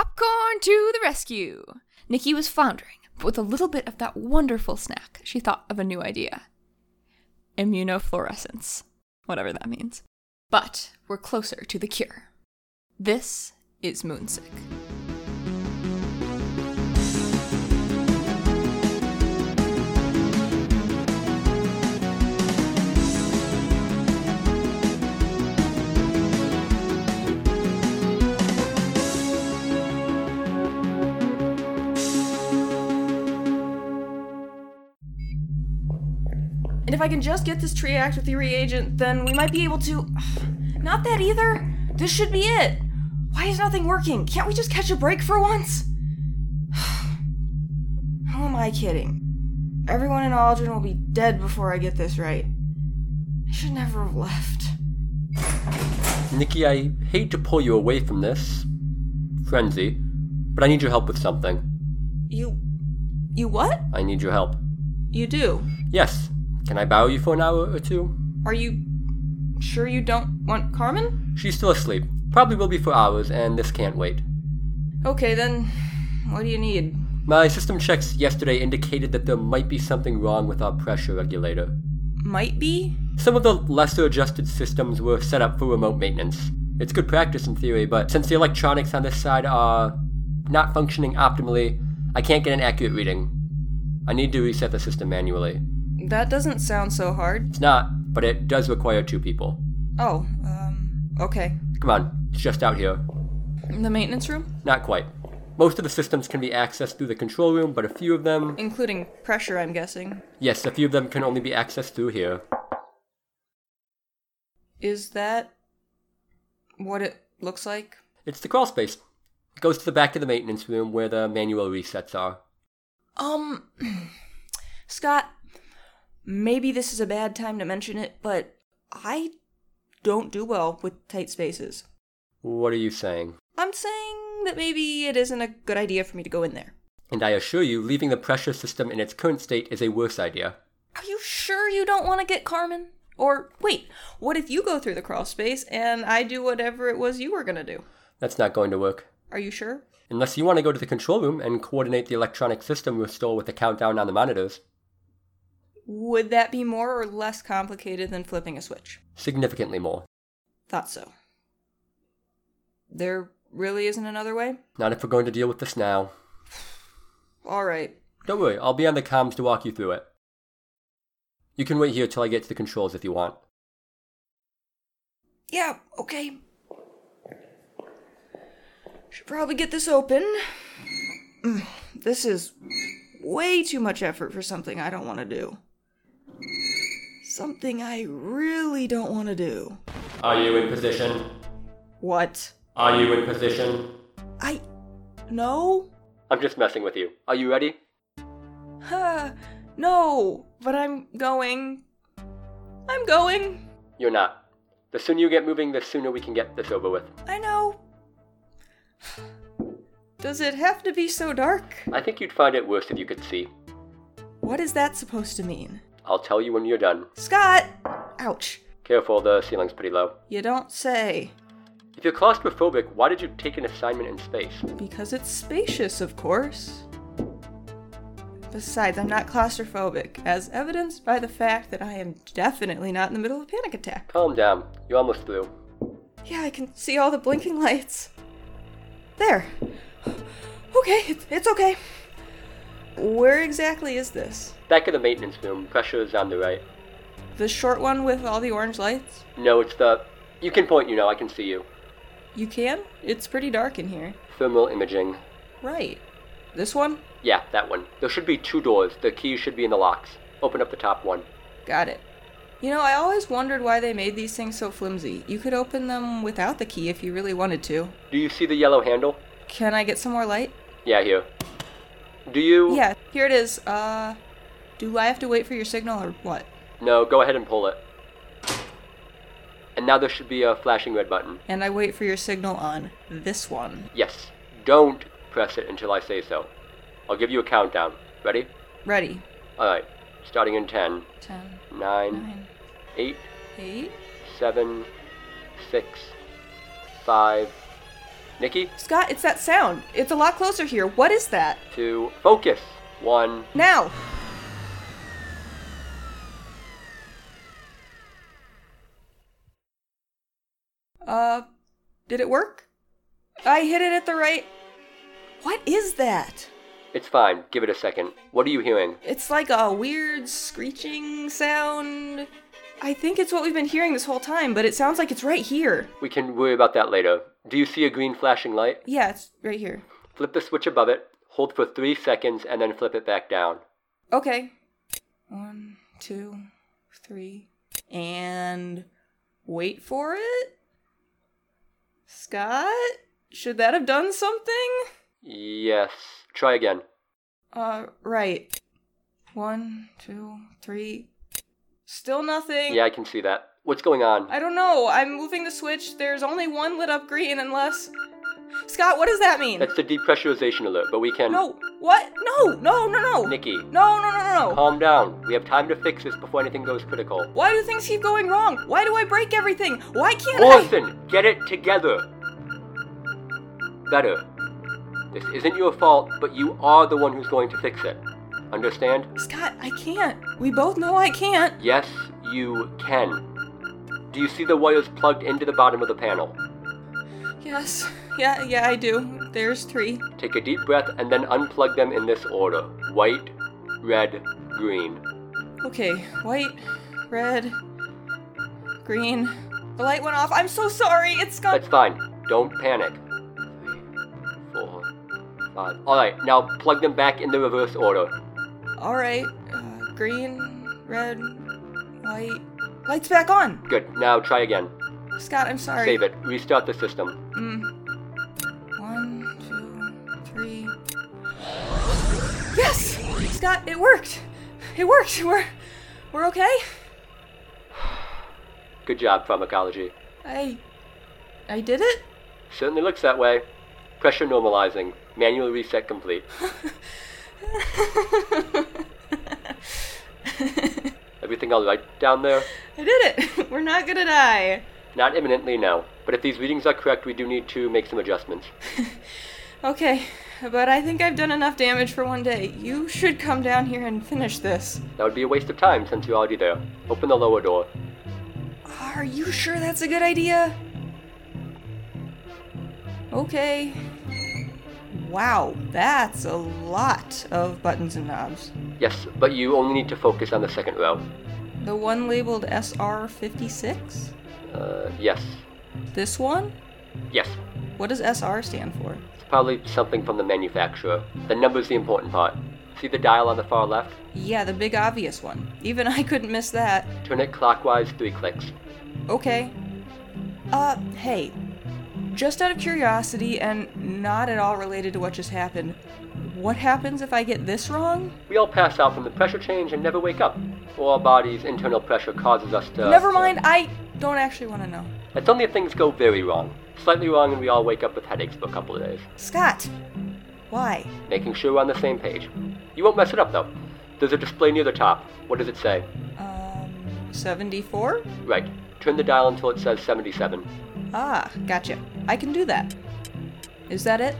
Popcorn to the rescue! Nikki was floundering, but with a little bit of that wonderful snack, she thought of a new idea immunofluorescence, whatever that means. But we're closer to the cure. This is Moonsick. And if I can just get this tree act with the reagent, then we might be able to. Not that either. This should be it. Why is nothing working? Can't we just catch a break for once? How am I kidding? Everyone in Aldrin will be dead before I get this right. I should never have left. Nikki, I hate to pull you away from this frenzy, but I need your help with something. You. You what? I need your help. You do. Yes, can I borrow you for an hour or two? Are you sure you don't want Carmen? She's still asleep. Probably will be for hours, and this can't wait. Okay, then. What do you need? My system checks yesterday indicated that there might be something wrong with our pressure regulator. Might be? Some of the lesser adjusted systems were set up for remote maintenance. It's good practice in theory, but since the electronics on this side are not functioning optimally, I can't get an accurate reading. I need to reset the system manually. That doesn't sound so hard. It's not, but it does require two people. Oh, um, okay. Come on, it's just out here. The maintenance room? Not quite. Most of the systems can be accessed through the control room, but a few of them, Including pressure, I'm guessing. yes, a few of them can only be accessed through here. Is that what it looks like? It's the crawl space. It goes to the back of the maintenance room where the manual resets are. Um, Scott, maybe this is a bad time to mention it, but I don't do well with tight spaces. What are you saying? I'm saying that maybe it isn't a good idea for me to go in there. And I assure you, leaving the pressure system in its current state is a worse idea. Are you sure you don't want to get Carmen? Or wait, what if you go through the crawl space and I do whatever it was you were gonna do? That's not going to work. Are you sure? Unless you want to go to the control room and coordinate the electronic system restore with the countdown on the monitors. Would that be more or less complicated than flipping a switch? Significantly more. Thought so. There really isn't another way? Not if we're going to deal with this now. Alright. Don't worry, I'll be on the comms to walk you through it. You can wait here till I get to the controls if you want. Yeah, okay. Should probably get this open. Mm, This is way too much effort for something I don't want to do. Something I really don't want to do. Are you in position? What? Are you in position? I. No? I'm just messing with you. Are you ready? Huh. No, but I'm going. I'm going. You're not. The sooner you get moving, the sooner we can get this over with. I know. Does it have to be so dark? I think you'd find it worse if you could see. What is that supposed to mean? I'll tell you when you're done. Scott! Ouch. Careful, the ceiling's pretty low. You don't say. If you're claustrophobic, why did you take an assignment in space? Because it's spacious, of course. Besides, I'm not claustrophobic, as evidenced by the fact that I am definitely not in the middle of a panic attack. Calm down. You're almost through. Yeah, I can see all the blinking lights. There. Okay, it- it's okay. Where exactly is this? Back in the maintenance room, pressure is on the right. The short one with all the orange lights? No, it's the. You can point, you know, I can see you. You can? It's pretty dark in here. Thermal imaging. Right. This one? Yeah, that one. There should be two doors. The keys should be in the locks. Open up the top one. Got it. You know, I always wondered why they made these things so flimsy. You could open them without the key if you really wanted to. Do you see the yellow handle? Can I get some more light? Yeah, here. Do you. Yeah, here it is. Uh, do I have to wait for your signal or what? No, go ahead and pull it. And now there should be a flashing red button. And I wait for your signal on this one. Yes. Don't press it until I say so. I'll give you a countdown. Ready? Ready. Alright. Starting in 10, Ten, 9, nine, 8, eight. 7, 6, 5, Nikki, Scott, it's that sound. It's a lot closer here. What is that? to focus. One. Now! Uh, did it work? I hit it at the right. What is that? It's fine. Give it a second. What are you hearing? It's like a weird screeching sound. I think it's what we've been hearing this whole time, but it sounds like it's right here. We can worry about that later. Do you see a green flashing light? Yeah, it's right here. Flip the switch above it, hold for three seconds, and then flip it back down. Okay. One, two, three, and wait for it. Scott, should that have done something? Yes. Try again. Uh, right. One, two, three. Still nothing. Yeah, I can see that. What's going on? I don't know. I'm moving the switch. There's only one lit up green, unless. Scott, what does that mean? That's the depressurization alert, but we can. No. What? No. No. No. No. Nikki, No. No. No. No. no. calm down. We have time to fix this before anything goes critical. Why do things keep going wrong? Why do I break everything? Why can't I? Orson, get it together. Better. This isn't your fault, but you are the one who's going to fix it. Understand? Scott, I can't. We both know I can't. Yes, you can. Do you see the wires plugged into the bottom of the panel? Yes. Yeah, yeah, I do. There's three. Take a deep breath and then unplug them in this order white, red, green. Okay, white, red, green. The light went off. I'm so sorry. It's Scott. That's fine. Don't panic. Four, five. Alright, now plug them back in the reverse order. All right. Uh, green, red, white. Lights back on. Good, now try again. Scott, I'm sorry. Save it. Restart the system. Mm. One, two, three. Yes, Scott, it worked. It worked. We're we're okay. Good job, pharmacology. I I did it. Certainly looks that way. Pressure normalizing. Manual reset complete. Everything alright down there? I did it. We're not gonna die. Not imminently, no. But if these readings are correct, we do need to make some adjustments. Okay, but I think I've done enough damage for one day. You should come down here and finish this. That would be a waste of time since you're already there. Open the lower door. Are you sure that's a good idea? Okay. Wow, that's a lot of buttons and knobs. Yes, but you only need to focus on the second row. The one labeled SR56? Uh, yes. This one? Yes. What does SR stand for? It's probably something from the manufacturer. The number's the important part. See the dial on the far left? Yeah, the big obvious one. Even I couldn't miss that. Turn it clockwise three clicks. Okay. Uh, hey. Just out of curiosity and not at all related to what just happened, what happens if I get this wrong? We all pass out from the pressure change and never wake up. Or our body's internal pressure causes us to. Never mind, I don't actually want to know. It's only if things go very wrong. Slightly wrong, and we all wake up with headaches for a couple of days. Scott! Why? Making sure we're on the same page. You won't mess it up, though. There's a display near the top. What does it say? Um, 74? Right. Turn the dial until it says 77. Ah, gotcha. I can do that. Is that it?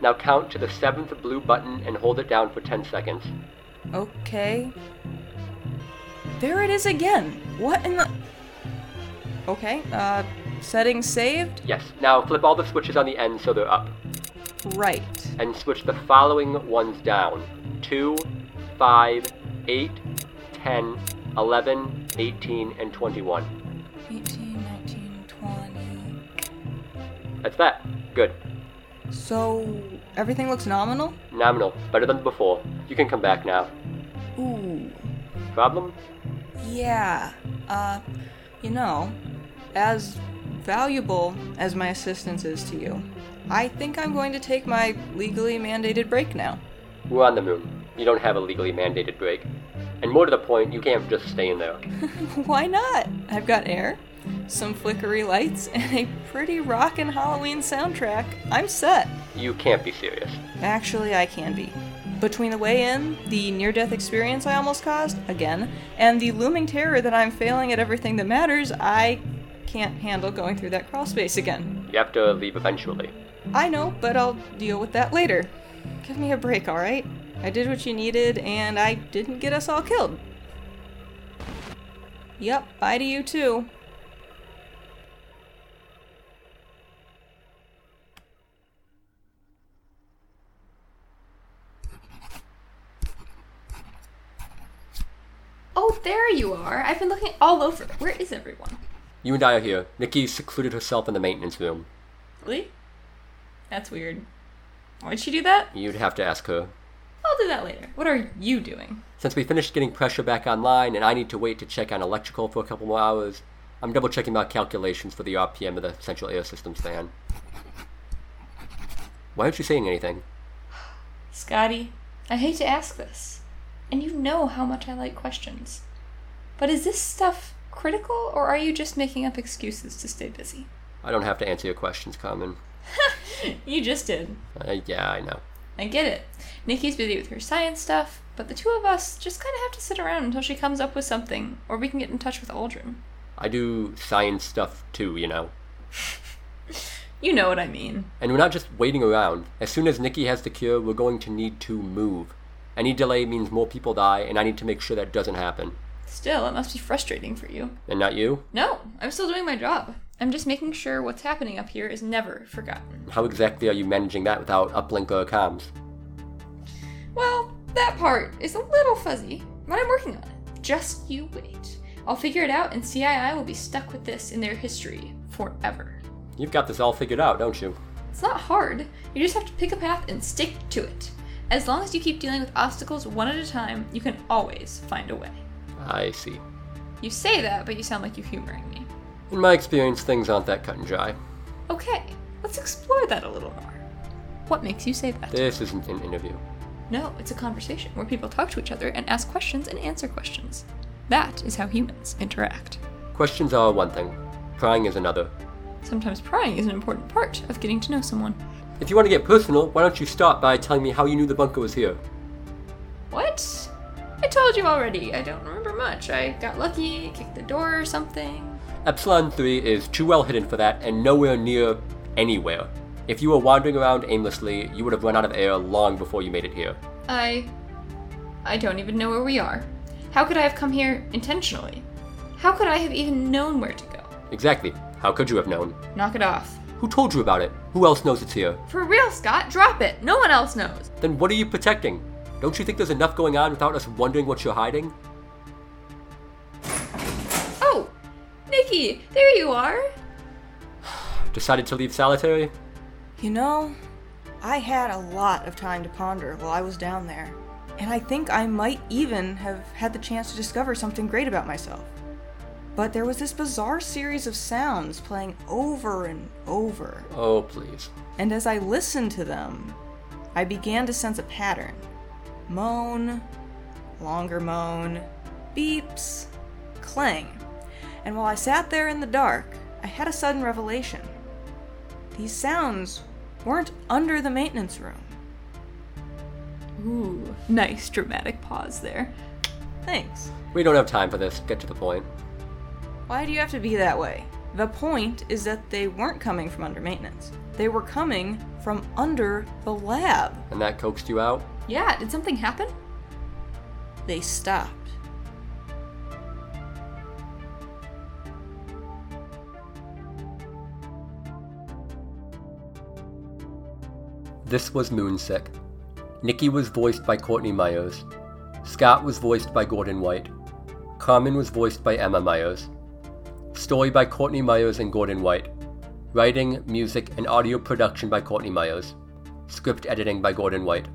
Now count to the seventh blue button and hold it down for 10 seconds. Okay. There it is again. What in the. Okay, uh, settings saved? Yes. Now flip all the switches on the end so they're up. Right. And switch the following ones down 2, 5, 8, 10, 11, 18, and 21. 18, 19, 20. That's that. Good. So everything looks nominal? Nominal. Better than before. You can come back now. Ooh. Problem? Yeah. Uh, you know, as valuable as my assistance is to you, I think I'm going to take my legally mandated break now. We're on the moon. You don't have a legally mandated break. And more to the point, you can't just stay in there. Why not? I've got air, some flickery lights, and a pretty rockin' Halloween soundtrack. I'm set. You can't be serious. Actually, I can be. Between the way in, the near death experience I almost caused, again, and the looming terror that I'm failing at everything that matters, I can't handle going through that crawl space again. You have to leave eventually. I know, but I'll deal with that later. Give me a break, alright? I did what you needed, and I didn't get us all killed. Yep, bye to you too. Oh, there you are. I've been looking all over. Where is everyone? You and I are here. Nikki secluded herself in the maintenance room. Really? That's weird. Why'd she do that? You'd have to ask her. I'll do that later. What are you doing? Since we finished getting pressure back online and I need to wait to check on electrical for a couple more hours, I'm double checking my calculations for the RPM of the central air systems fan. Why aren't you saying anything? Scotty, I hate to ask this, and you know how much I like questions. But is this stuff critical, or are you just making up excuses to stay busy? I don't have to answer your questions, Carmen. You just did. Uh, yeah, I know. I get it. Nikki's busy with her science stuff, but the two of us just kind of have to sit around until she comes up with something, or we can get in touch with Aldrin. I do science stuff too, you know. You know what I mean. And we're not just waiting around. As soon as Nikki has the cure, we're going to need to move. Any delay means more people die, and I need to make sure that doesn't happen. Still, it must be frustrating for you. And not you? No, I'm still doing my job. I'm just making sure what's happening up here is never forgotten. How exactly are you managing that without uplink or comms? Well, that part is a little fuzzy, but I'm working on it. Just you wait. I'll figure it out, and CII will be stuck with this in their history forever. You've got this all figured out, don't you? It's not hard. You just have to pick a path and stick to it. As long as you keep dealing with obstacles one at a time, you can always find a way. I see. You say that, but you sound like you're humoring me. In my experience, things aren't that cut and dry. Okay, let's explore that a little more. What makes you say that? This isn't an interview. No, it's a conversation where people talk to each other and ask questions and answer questions. That is how humans interact. Questions are one thing, prying is another. Sometimes prying is an important part of getting to know someone. If you want to get personal, why don't you start by telling me how you knew the bunker was here? What? I told you already. I don't remember much. I got lucky, kicked the door or something. Epsilon 3 is too well hidden for that and nowhere near anywhere. If you were wandering around aimlessly, you would have run out of air long before you made it here. I. I don't even know where we are. How could I have come here intentionally? How could I have even known where to go? Exactly. How could you have known? Knock it off. Who told you about it? Who else knows it's here? For real, Scott, drop it. No one else knows. Then what are you protecting? Don't you think there's enough going on without us wondering what you're hiding? Oh! Nikki, there you are! Decided to leave solitary? You know, I had a lot of time to ponder while I was down there, and I think I might even have had the chance to discover something great about myself. But there was this bizarre series of sounds playing over and over, Oh, please. and as I listened to them, I began to sense a pattern moan, longer moan, beeps, clang. And while I sat there in the dark, I had a sudden revelation. These sounds weren't under the maintenance room. Ooh, nice dramatic pause there. Thanks. We don't have time for this. Get to the point. Why do you have to be that way? The point is that they weren't coming from under maintenance. They were coming from under the lab. And that coaxed you out? Yeah, did something happen? They stopped. This was Moonsick. Nikki was voiced by Courtney Myers. Scott was voiced by Gordon White. Carmen was voiced by Emma Myers. Story by Courtney Myers and Gordon White. Writing, music, and audio production by Courtney Myers. Script editing by Gordon White.